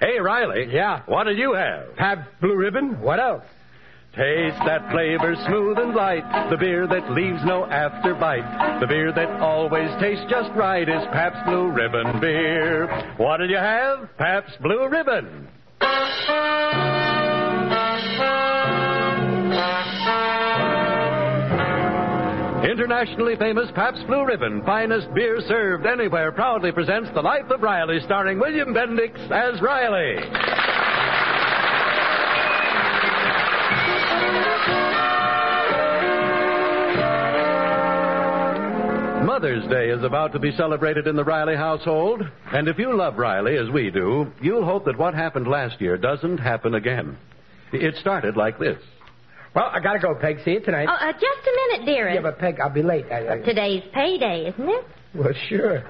Hey, Riley. Yeah. What did you have? Have blue ribbon? What else? Taste that flavor smooth and light. The beer that leaves no afterbite. The beer that always tastes just right is Pabst Blue Ribbon beer. What did you have? Pabst Blue Ribbon. Internationally famous Pabst Blue Ribbon, finest beer served anywhere, proudly presents The Life of Riley, starring William Bendix as Riley. Mother's Day is about to be celebrated in the Riley household, and if you love Riley as we do, you'll hope that what happened last year doesn't happen again. It started like this. Well, I gotta go, Peg. See you tonight. Oh, uh, just a minute, dearest. yeah, but Peg, I'll be late. I, I... Today's payday, isn't it? Well, sure.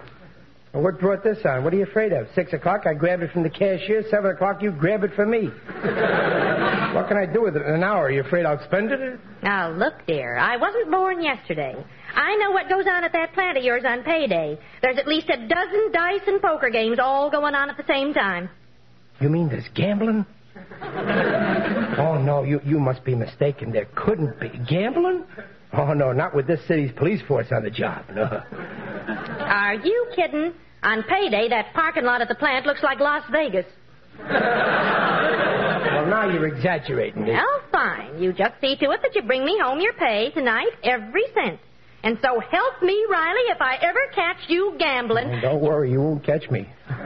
Well, what brought this on? What are you afraid of? Six o'clock, I grab it from the cashier. Seven o'clock, you grab it from me. what can I do with it in an hour? Are you afraid I'll spend it? Now, look, dear, I wasn't born yesterday. I know what goes on at that plant of yours on payday. There's at least a dozen dice and poker games all going on at the same time. You mean there's gambling? oh, no, you, you must be mistaken. There couldn't be. Gambling? Oh, no, not with this city's police force on the job. No. Are you kidding? On payday, that parking lot at the plant looks like Las Vegas. Well, now you're exaggerating me. Well, fine. You just see to it that you bring me home your pay tonight, every cent. And so help me, Riley, if I ever catch you gambling. Oh, don't worry, you won't catch me. What?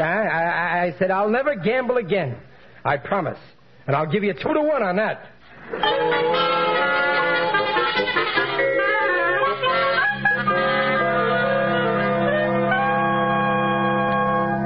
I, I, I said I'll never gamble again. I promise. And I'll give you two to one on that.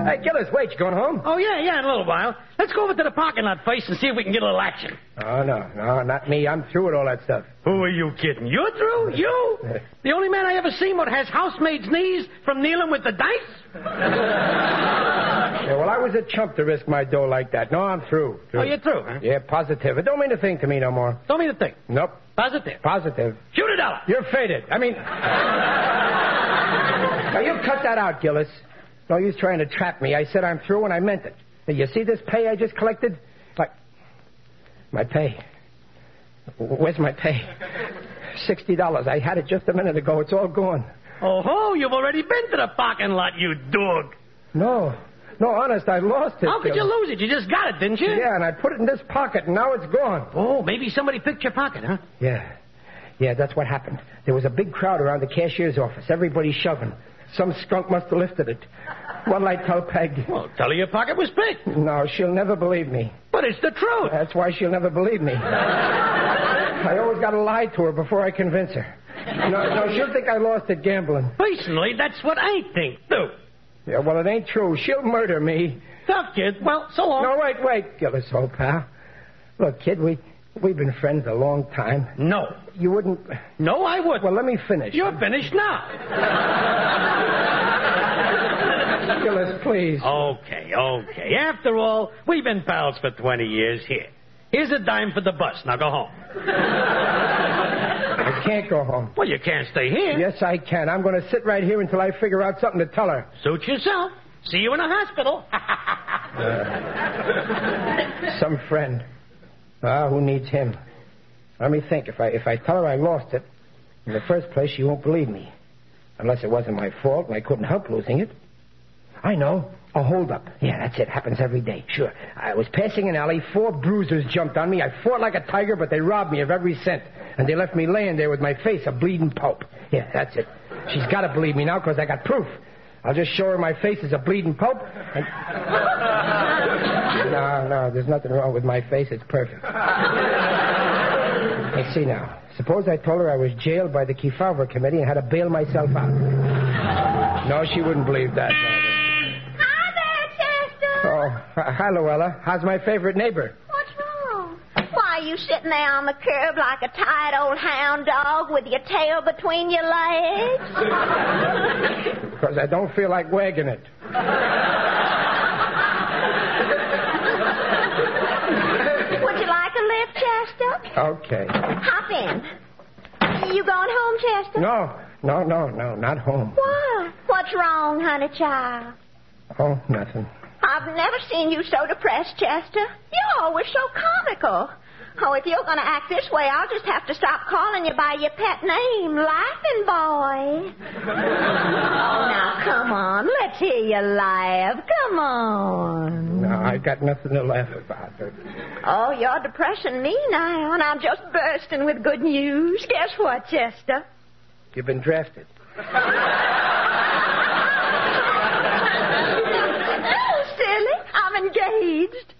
Hey, Gillis, wait, you going home? Oh, yeah, yeah, in a little while. Let's go over to the parking lot first and see if we can get a little action. Oh, no, no, not me. I'm through with all that stuff. Who are you kidding? You're through? You? The only man I ever seen what has housemaid's knees from kneeling with the dice? Yeah, well, I was a chump to risk my dough like that. No, I'm through. Oh, you're through, huh? Yeah, positive. It don't mean a thing to me no more. Don't mean a thing. Nope. Positive. Positive. Shoot a dollar. You're faded. I mean. now, you cut that out, Gillis. No use trying to trap me. I said I'm through and I meant it. Now, You see this pay I just collected? Like. My pay. W- Where's my pay? $60. I had it just a minute ago. It's all gone. Oh, ho, you've already been to the parking lot, you dog. No. No, honest, I lost it. How could you Gillis. lose it? You just got it, didn't you? Yeah, and I put it in this pocket, and now it's gone. Oh, maybe somebody picked your pocket, huh? Yeah. Yeah, that's what happened. There was a big crowd around the cashier's office. Everybody shoving. Some skunk must have lifted it. What'll I tell Peg? Well, tell her your pocket was picked. No, she'll never believe me. But it's the truth. That's why she'll never believe me. I always got to lie to her before I convince her. No, no, she'll think I lost at gambling. Personally, that's what I think, too. Yeah, well, it ain't true. She'll murder me. Tough kid. Well, so long. No, wait, wait, Gillis, old pal. Look, kid, we, we've been friends a long time. No. You wouldn't. No, I wouldn't. Well, let me finish. You're finished now. Gillis, please. Oh. Okay, okay. After all, we've been pals for 20 years here. Here's a dime for the bus. Now go home. I can't go home. Well, you can't stay here. Yes, I can. I'm going to sit right here until I figure out something to tell her. Suit yourself. See you in the hospital. Some friend. Ah, who needs him? Let me think. If I if I tell her I lost it, in the first place, she won't believe me, unless it wasn't my fault and I couldn't help losing it. I know. A holdup. Yeah, that's it. Happens every day. Sure. I was passing an alley. Four bruisers jumped on me. I fought like a tiger, but they robbed me of every cent. And they left me laying there with my face a bleeding pulp. Yeah, that's it. She's got to believe me now because I got proof. I'll just show her my face is a bleeding pulp. And... No, no, there's nothing wrong with my face. It's perfect. Let's see now. Suppose I told her I was jailed by the Kefauver Committee and had to bail myself out. No, she wouldn't believe that. Hi there, Chester. Oh, hi, hi, Luella. How's my favorite neighbor? What's wrong? Why are you sitting there on the curb like a tired old hound dog with your tail between your legs? Because I don't feel like wagging it. Would you like a lift, Chester? Okay. Hop in. You going home, Chester? No, no, no, no, not home. Why? What's wrong, honey child? Oh, nothing. I've never seen you so depressed, Chester. You're always so comical. Oh, if you're going to act this way, I'll just have to stop calling you by your pet name, Laughing Boy. oh, now, come on. Let's hear you laugh. Come on. No, I've got nothing to laugh about. Oh, you're depressing me now, and I'm just bursting with good news. Guess what, Chester? You've been drafted. oh, silly. I'm engaged.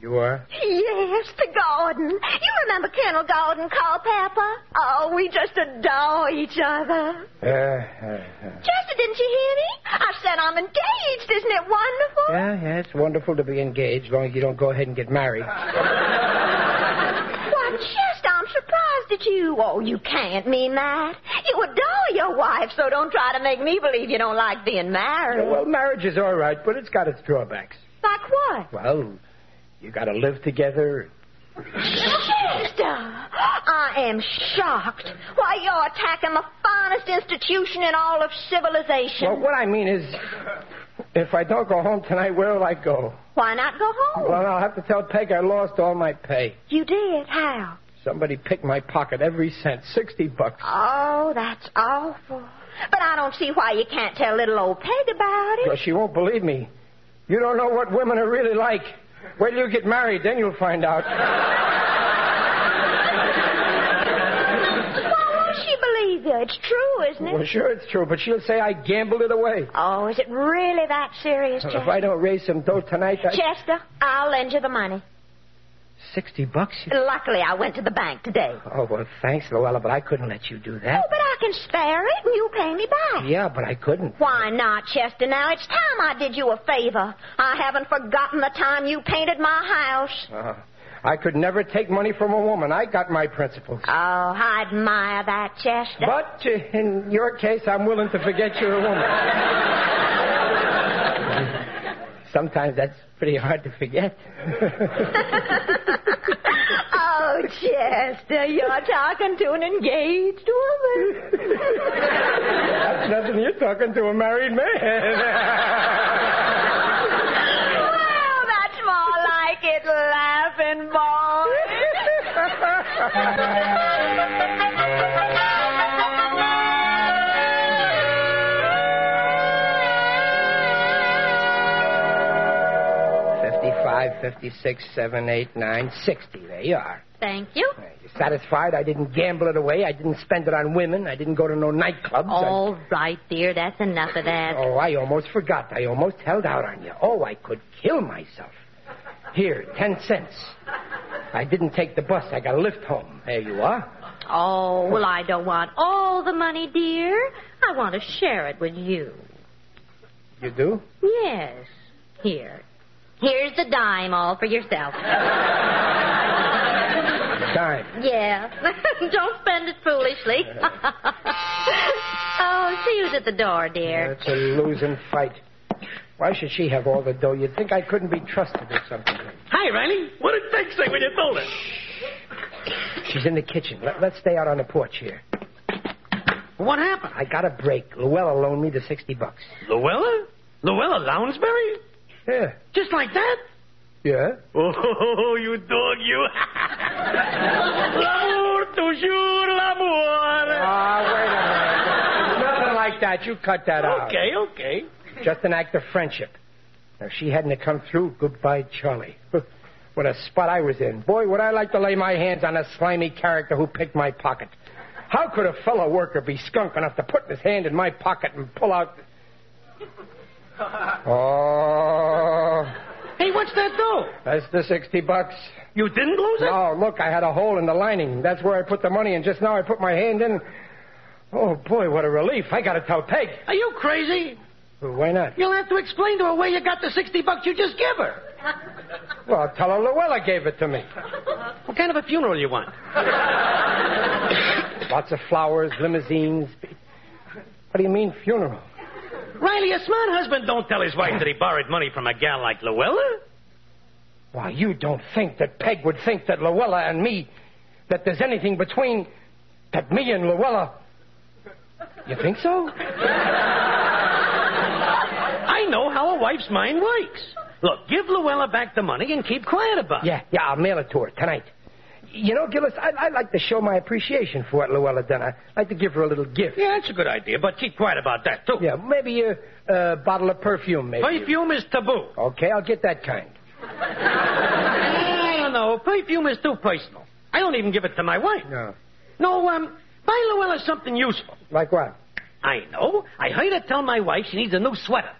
You are? Yes, to Gordon. You remember Colonel Gordon Culpepper? Oh, we just adore each other. Uh, uh, uh. Chester, didn't you hear me? I said I'm engaged. Isn't it wonderful? Yeah, yeah, it's wonderful to be engaged, as long as you don't go ahead and get married. Why, Chester, I'm surprised at you. Oh, you can't mean that. You adore your wife, so don't try to make me believe you don't like being married. Uh, Well, marriage is all right, but it's got its drawbacks. Like what? Well, you got to live together. Chester, I am shocked. Why, you're attacking the finest institution in all of civilization. Well, what I mean is, if I don't go home tonight, where will I go? Why not go home? Well, I'll have to tell Peg I lost all my pay. you did. How? Somebody picked my pocket every cent, 60 bucks. Oh, that's awful. But I don't see why you can't tell little old Peg about Well, it. she won't believe me. You don't know what women are really like. Wait till you get married, then you'll find out. Why won't she believe you? It's true, isn't it? Well, sure, it's true, but she'll say I gambled it away. Oh, is it really that serious, Chester? If I don't raise some dough tonight, I... Chester, I'll lend you the money. 60 bucks? you- Luckily, I went to the bank today. Oh, well, thanks, Luella, but I couldn't let you do Oh, that. but I can spare it, and you pay me back. Yeah, but I couldn't. Why not, Chester? Now it's time I did you a favor. I haven't forgotten the time you painted my house. Uh, I could never take money from a woman. I got my principles. Oh, I admire that, Chester. But uh, in your case, I'm willing to forget you're a woman. Sometimes that's pretty hard to forget. oh, Chester, you're talking to an engaged woman. That's nothing. You're talking to a married man. well, that's more like it, laughing boy. Fifty-five, fifty-six, seven, eight, nine, sixty. There you are. Thank you. You satisfied? I didn't gamble it away. I didn't spend it on women. I didn't go to no nightclubs. I... All right, dear, that's enough of that. Oh, I almost forgot. I almost held out on you. Oh, I could kill myself. Here, ten cents. I didn't take the bus. I got a lift home. There you are. Oh, well, I don't want all the money, dear. I want to share it with you. You do? Yes. Here. Here's the dime all for yourself. Dime. Yeah. don't spend it foolishly. oh, see who's at the door, dear. That's a losing fight. Why should she have all the dough? You'd think I couldn't be trusted or something. Hi, Riley. What did Peg say when you told her? She's in the kitchen. Let, let's stay out on the porch here. What happened? I got a break. Luella loaned me the 60 bucks. Luella? Luella Lounsbury? Yeah. Just like that? Yeah? Oh, you dog, you. L'amour, toujours l'amour. Ah, wait a minute. Nothing like that. You cut that out. Okay, okay. Just an act of friendship. Now, if she hadn't have come through, goodbye, Charlie. what a spot I was in. Boy, would I like to lay my hands on a slimy character who picked my pocket. How could a fellow worker be skunk enough to put his hand in my pocket and pull out. Oh. Hey, Hey, what's that do? That's the 60 bucks. You didn't lose it? Oh, look, I had a hole in the lining. That's where I put the money, and just now I put my hand in. Oh, boy, what a relief. I gotta tell Peg. Are you crazy? Why not? You'll have to explain to her where you got the 60 bucks you just gave her. Well, tell her Luella gave it to me. What kind of a funeral you want? Lots of flowers, limousines. What do you mean, funeral? Riley, a smart husband don't tell his wife that he borrowed money from a gal like Luella. Why, you don't think that Peg would think that Luella and me, that there's anything between that me and Luella. You think so? I know how a wife's mind works. Look, give Luella back the money and keep quiet about it. Yeah, yeah, I'll mail it to her tonight. You know, Gillis, I'd, I'd like to show my appreciation for what Luella done. I'd like to give her a little gift. Yeah, that's a good idea, but keep quiet about that, too. Yeah, maybe a, a bottle of perfume, maybe. Perfume is taboo. Okay, I'll get that kind. I don't know. Perfume is too personal. I don't even give it to my wife. No. No, um, buy Luella something useful. Like what? I know. I heard her tell my wife she needs a new sweater.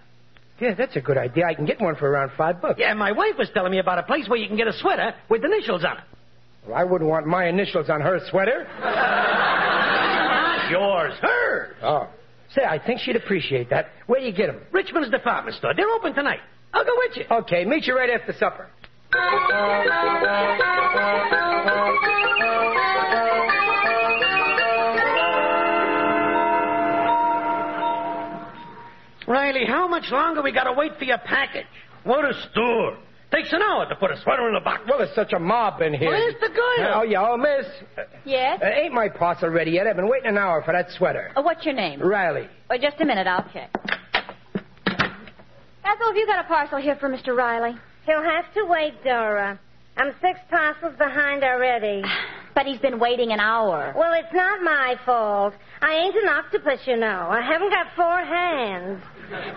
Yeah, that's a good idea. I can get one for around five bucks. Yeah, my wife was telling me about a place where you can get a sweater with initials on it. Well, I wouldn't want my initials on her sweater. Not yours, hers. Oh. Say, I think she'd appreciate that. Where do you get 'em? Richmond's department store. They're open tonight. I'll go with you. Okay, meet you right after supper. Riley, how much longer we gotta wait for your package? What a store. Takes an hour to put a sweater in a box. Well, there's such a mob in here. Where's the girl? Oh, yeah. Oh, miss. Yes? Uh, ain't my parcel ready yet? I've been waiting an hour for that sweater. Uh, what's your name? Riley. Oh, just a minute, I'll check. Ethel, have you got a parcel here for Mr. Riley? He'll have to wait, Dora. I'm six parcels behind already. But he's been waiting an hour. Well, it's not my fault. I ain't an octopus, you know. I haven't got four hands.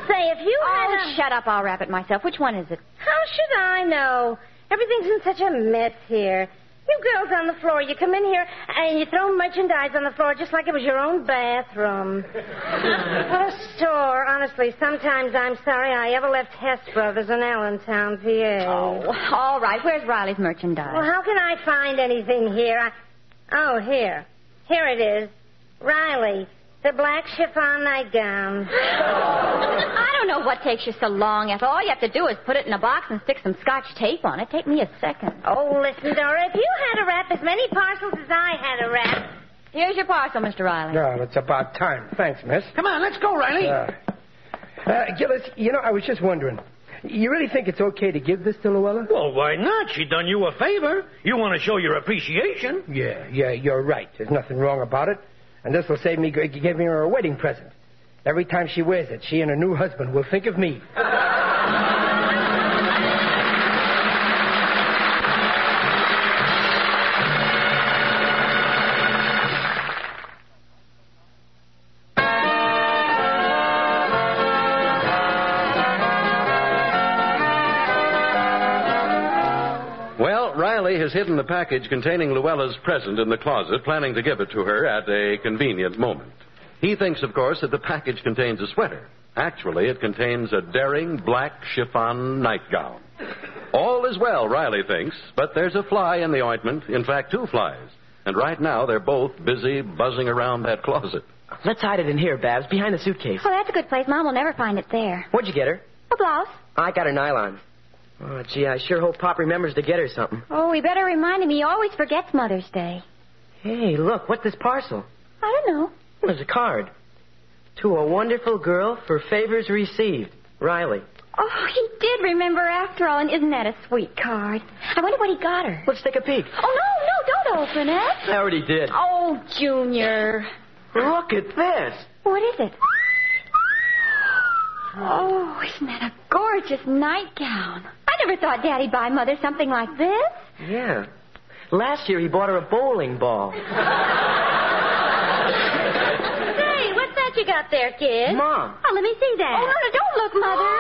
Say, if you had Oh, a... shut up. I'll wrap it myself. Which one is it? How should I know? Everything's in such a mess here. You girls on the floor, you come in here and you throw merchandise on the floor just like it was your own bathroom. what a store. Honestly, sometimes I'm sorry I ever left Hess Brothers in Allentown, PA. Oh, all right. Where's Riley's merchandise? Well, how can I find anything here? I... Oh, here. Here it is. Riley, the black chiffon nightgown. I don't know what takes you so long, Ethel. All you have to do is put it in a box and stick some scotch tape on it. Take me a second. Oh, listen, Dora, if you had to wrap as many parcels as I had to wrap. Here's your parcel, Mr. Riley. Well, Oh, it's about time. Thanks, miss. Come on, let's go, Riley. Uh, uh, Gillis, you know, I was just wondering. You really think it's okay to give this to Luella? Well, why not? She done you a favor. You want to show your appreciation. Yeah, yeah, you're right. There's nothing wrong about it. And this will save me g- giving her a wedding present. Every time she wears it, she and her new husband will think of me. Well, Riley has hidden the package containing Luella's present in the closet, planning to give it to her at a convenient moment. He thinks, of course, that the package contains a sweater. Actually, it contains a daring black chiffon nightgown. All is well, Riley thinks, but there's a fly in the ointment. In fact, two flies. And right now, they're both busy buzzing around that closet. Let's hide it in here, Babs, behind the suitcase. Oh, that's a good place. Mom will never find it there. Where'd you get her? Oh, A blouse. I got her nylon. Oh, gee, I sure hope Pop remembers to get her something. Oh, he better remind him. He always forgets Mother's Day. Hey, look, what's this parcel? I don't know. There's a card. To a wonderful girl for favors received, Riley. Oh, he did remember after all, and isn't that a sweet card? I wonder what he got her. Let's take a peek. Oh, no, no, don't open it. I already did. Oh, Junior. Look at this. What is it? Oh, isn't that a gorgeous nightgown? I never thought Daddy'd buy Mother something like this. Yeah. Last year he bought her a bowling ball. Say, what's that you got there, kid? Mom. Oh, let me see that. Oh, no, no, don't look, Mother.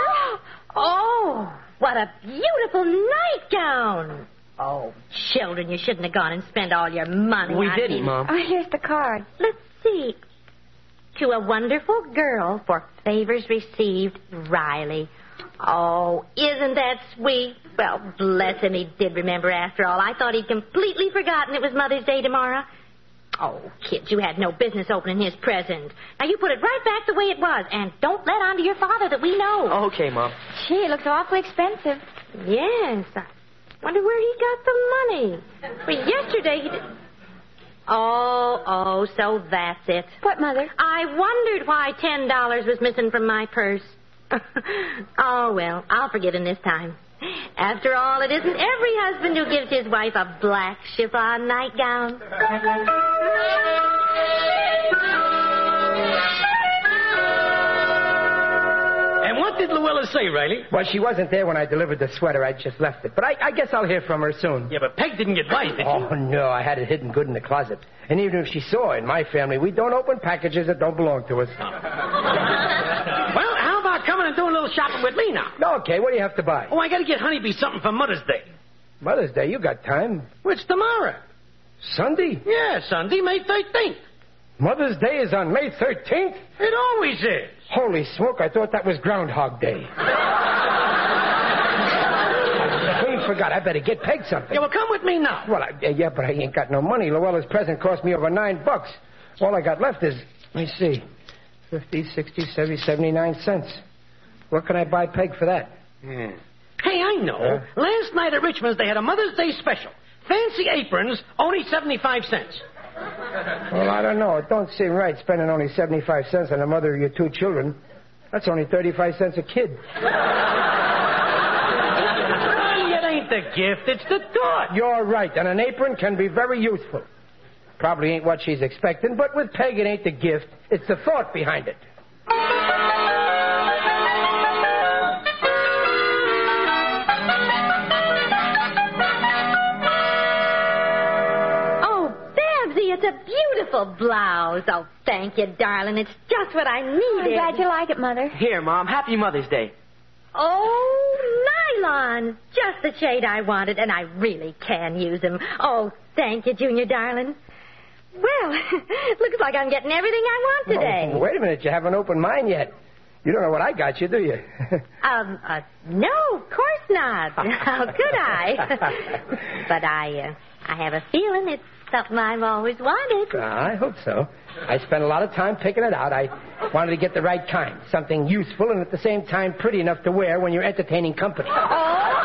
Oh, what a beautiful nightgown. Oh, children, you shouldn't have gone and spent all your money We on didn't, these. Mom. Oh, here's the card. Let's see. To a wonderful girl for favors received, Riley. Oh, isn't that sweet? Well, bless him, he did remember after all. I thought he'd completely forgotten it was Mother's Day tomorrow. Oh, kid, you had no business opening his present. Now you put it right back the way it was, and don't let on to your father that we know. Oh. Okay, Mom. Gee, it looks awfully expensive. Yes. I wonder where he got the money. Well, yesterday he did. Oh, oh, so that's it. What, Mother? I wondered why ten dollars was missing from my purse. oh, well, I'll forgive him this time. After all, it isn't every husband who gives his wife a black chiffon nightgown. And what did Luella say, Riley? Well, she wasn't there when I delivered the sweater. I just left it. But I, I guess I'll hear from her soon. Yeah, but Peg didn't get right, did she? Oh, no, I had it hidden good in the closet. And even if she saw in my family, we don't open packages that don't belong to us. Well, how about coming and doing a little shopping with me now? No, okay, what do you have to buy? Oh, I gotta get Honeybee something for Mother's Day. Mother's Day, you got time. Which tomorrow? Sunday? Yeah, Sunday, May 13th. Mother's Day is on May 13th? It always is. Holy smoke, I thought that was Groundhog Day. I clean forgot. I better get Peg something. Yeah, well, come with me now. Well, I, yeah, but I ain't got no money. Luella's present cost me over nine bucks. All I got left is, let me see, 50, 60, 70, 79 cents. What can I buy Peg for that? Hey, I know. Last night at Richmond's, they had a Mother's Day special. Fancy aprons, only 75 cents. Well, I don't know. It don't seem right spending only 75 cents on the mother of your two children. That's only 35 cents a kid. Riley, it ain't the gift, it's the thought. You're right, and an apron can be very useful. Probably ain't what she's expecting, but with Peg, it ain't the gift. It's the thought behind it. Oh, Babsy, it's a beautiful blouse. Oh, thank you, darling. It's just what I I'm needed. glad you like it, Mother. Here, Mom. Happy Mother's Day. Oh, nylon. Just the shade I wanted, and I really can use them. Oh, thank you, Junior, darling. Well, looks like I'm getting everything I want today. Oh, wait a minute. You haven't opened mine yet. You don't know what I got you, do you? Um, uh, no, of course not. How could I? but I, uh, I have a feeling it's something I've always wanted. uh, I hope so. I spent a lot of time picking it out. I wanted to get the right kind. Something useful and at the same time pretty enough to wear when you're entertaining company. Well,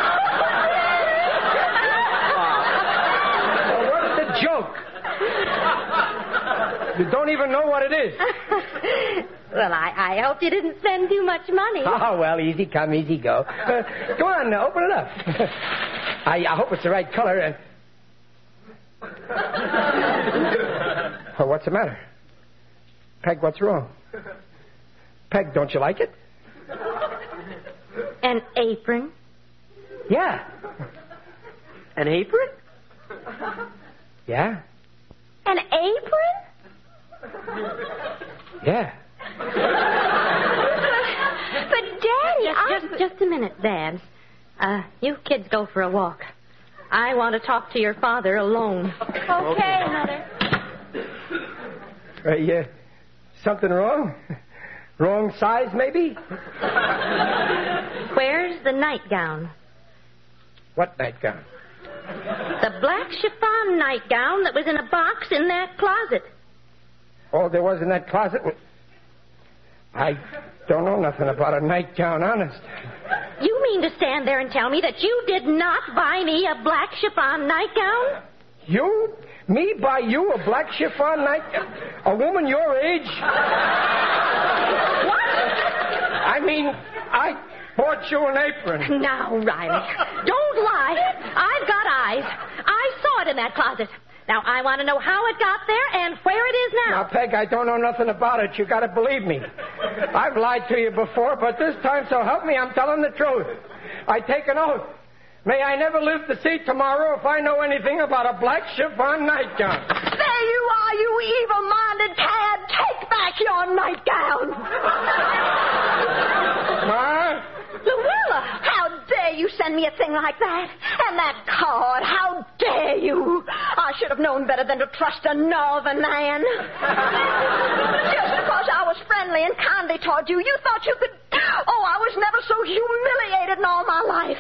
what's the joke? You don't even know what it is. Well, I, I hope you didn't spend too much money. Oh, well, easy come, easy go. Uh, come on, now, open it up. I, I hope it's the right color. And... oh, what's the matter? Peg, what's wrong? Peg, don't you like it? An apron? Yeah. An apron? Yeah? An apron? Yeah. But, Daddy, just, just, just a minute, Babs. Uh, you kids go for a walk. I want to talk to your father alone. Okay, Mother. Uh, yeah. Something wrong? Wrong size, maybe? Where's the nightgown? What nightgown? The black chiffon nightgown that was in a box in that closet. All there was in that closet was. I don't know nothing about a nightgown, honest. You mean to stand there and tell me that you did not buy me a black chiffon nightgown? You? Me buy you a black chiffon nightgown? A woman your age? I mean, I bought you an apron. Now, Riley, don't lie. I've got eyes. I saw it in that closet. Now, I want to know how it got there and where it is now. Now, Peg, I don't know nothing about it. You gotta believe me. I've lied to you before, but this time, so help me, I'm telling the truth. I take an oath. May I never live to see tomorrow if I know anything about a black chiffon nightgown. There you are, you evil minded cad. Take back your nightgown. Ma? Luella, how dare you send me a thing like that? And that card, how dare you? I should have known better than to trust a northern man. Just because I was friendly and kindly toward you, you thought you could Oh, I was never so humiliated in all my life.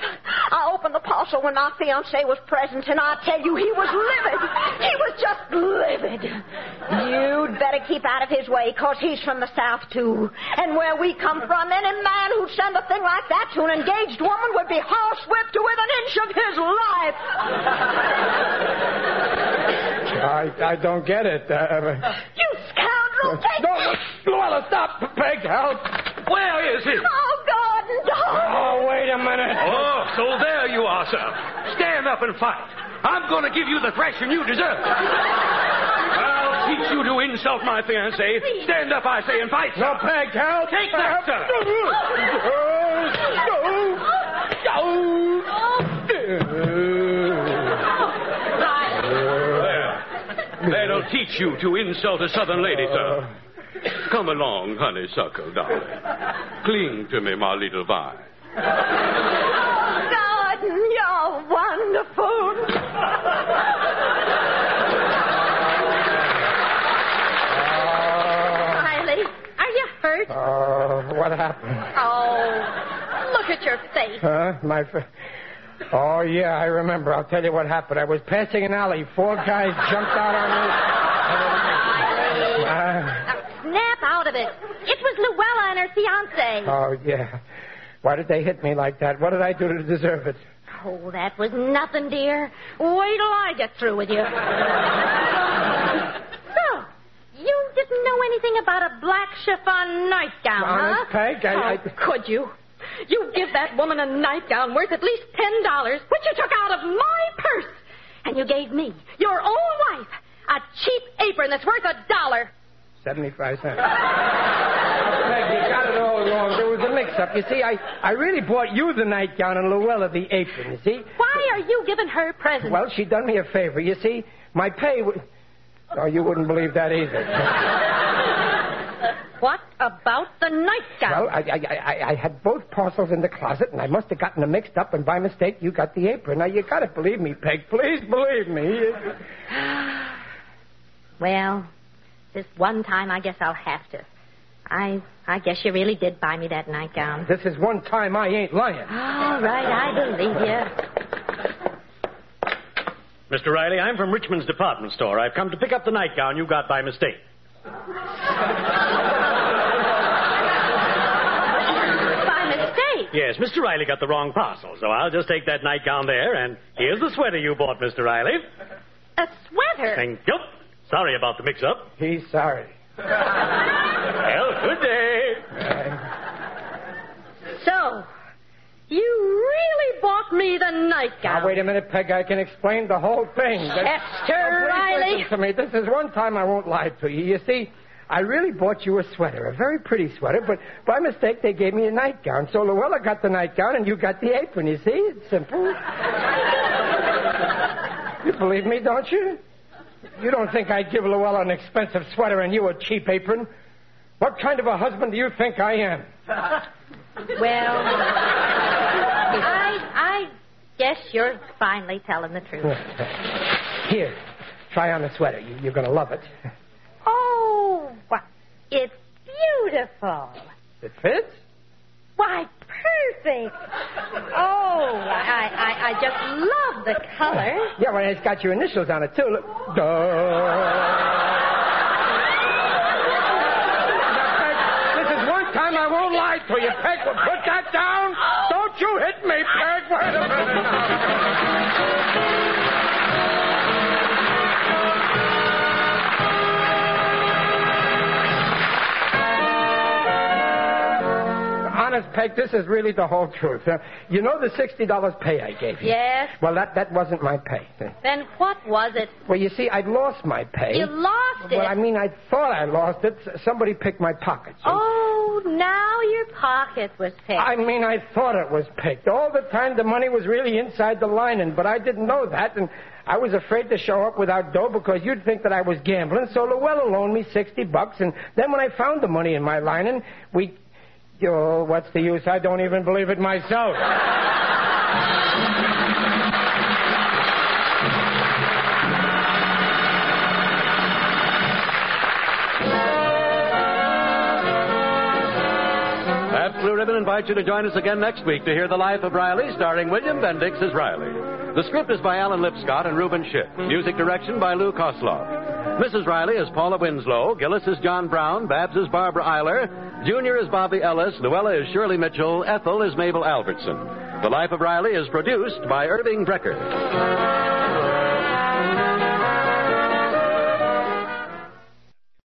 I opened the parcel when our fiancé was present, and I tell you, he was livid. He was just livid. You'd better keep out of his way, 'cause he's from the South, too. And where we come from, any man who'd send a thing like that to an engaged woman would be horsewhipped to within an inch of his life. I, I don't get it. Uh, uh, You scoundrel, take no, Luella, stop. Peg, help. Where is he? Oh, Gordon, don't. Oh, wait a minute. Oh, so there you are, sir. Stand up and fight. I'm going to give you the thrashing you deserve. I'll teach you to insult my fiancée. Stand up, I say, and fight. No, sir. Peg, help. Oh, Take that, sir. Oh. Oh. There. That'll teach you to insult a southern lady, sir. Come along, honeysuckle, darling. Cling to me, my little vine. Gordon, you're wonderful. Uh. Riley, are you hurt? Oh, what happened? Oh, look at your face. Huh? My. Fr- oh, yeah, I remember. I'll tell you what happened. I was passing an alley. Four guys jumped out Riley. on me. Uh, Now, snap out of it. It was Luella and her fiance. oh, yeah. Why did they hit me like that? What did I do to deserve it? Oh, that was nothing, dear. Wait till I get through with you. so, you didn't know anything about a black chiffon nightgown, Uh-huh. Honest, huh? Peg, I- How I- could you? You give that woman a nightgown worth at least ten dollars, which you took out of my purse, and you gave me, your own wife, a cheap apron that's worth a dollar. 75 cents. Peg, you got it all wrong. There was a mix-up. You see, I, I really bought you the nightgown and Luella the apron, you see? Why are you giving her presents? Well, she done me a favor, you see. My pay was... Oh, you wouldn't believe that either. what about the nightgown? Well, I, I, I, I had both parcels in the closet, and I must have gotten them mixed up, and by mistake, you got the apron. Now, you got to believe me, Peg. Please believe me. Well, this one time I guess I'll have to. I I guess you really did buy me that nightgown. This is one time I ain't lying. All right, I believe you. Mr. Riley, I'm from Richmond's department store. I've come to pick up the nightgown you got by mistake. By mistake. Yes, Mr. Riley got the wrong parcel, so I'll just take that nightgown there, and here's the sweater you bought, Mr. Riley. A sweater. Thank you. Sorry about the mix-up. He's sorry. Well, good day. So, you really bought me the nightgown. Now, wait a minute, Peg. I can explain the whole thing. But- Chester Now, please Riley. listen To me, this is one time I won't lie to you. You see, I really bought you a sweater, a very pretty sweater, but by mistake they gave me a nightgown. So Luella got the nightgown and you got the apron. You see, it's simple. you believe me, don't you? You don't think I'd give Luella an expensive sweater and you a cheap apron? What kind of a husband do you think I am? Well, I I guess you're finally telling the truth. Here, try on the sweater. You, you're going to love it. Oh, what? It's beautiful. It fits. Why, perfect. Oh, I, I, I just love the color. Yeah, well, it's got your initials on it, too. Look. Duh. This is one time I won't lie to you, Peg. Well, Put that down. Don't you hit me, Peg. Wait a minute. Honest, Peg, this is really the whole truth. Uh, you know the $60 pay I gave you? Yes. Well, that, that wasn't my pay. Then what was it? Well, you see, I'd lost my pay. You lost it. Well, I mean, I thought I lost it. S- Somebody picked my pockets. Oh, now your pocket was picked. I mean, I thought it was picked. All the time, the money was really inside the lining, but I didn't know that, and I was afraid to show up without dough because you'd think that I was gambling. So Luella loaned me sixty bucks, and then when I found the money in my lining, we. Oh, what's the use? I don't even believe it myself. Blue Ribbon invites you to join us again next week to hear The Life of Riley, starring William Bendix as Riley. The script is by Alan Lipscott and Reuben Schiff. Music direction by Lou Kosloff. Mrs. Riley is Paula Winslow. Gillis is John Brown. Babs is Barbara Eiler. Junior is Bobby Ellis. Luella is Shirley Mitchell. Ethel is Mabel Albertson. The Life of Riley is produced by Irving Brecker.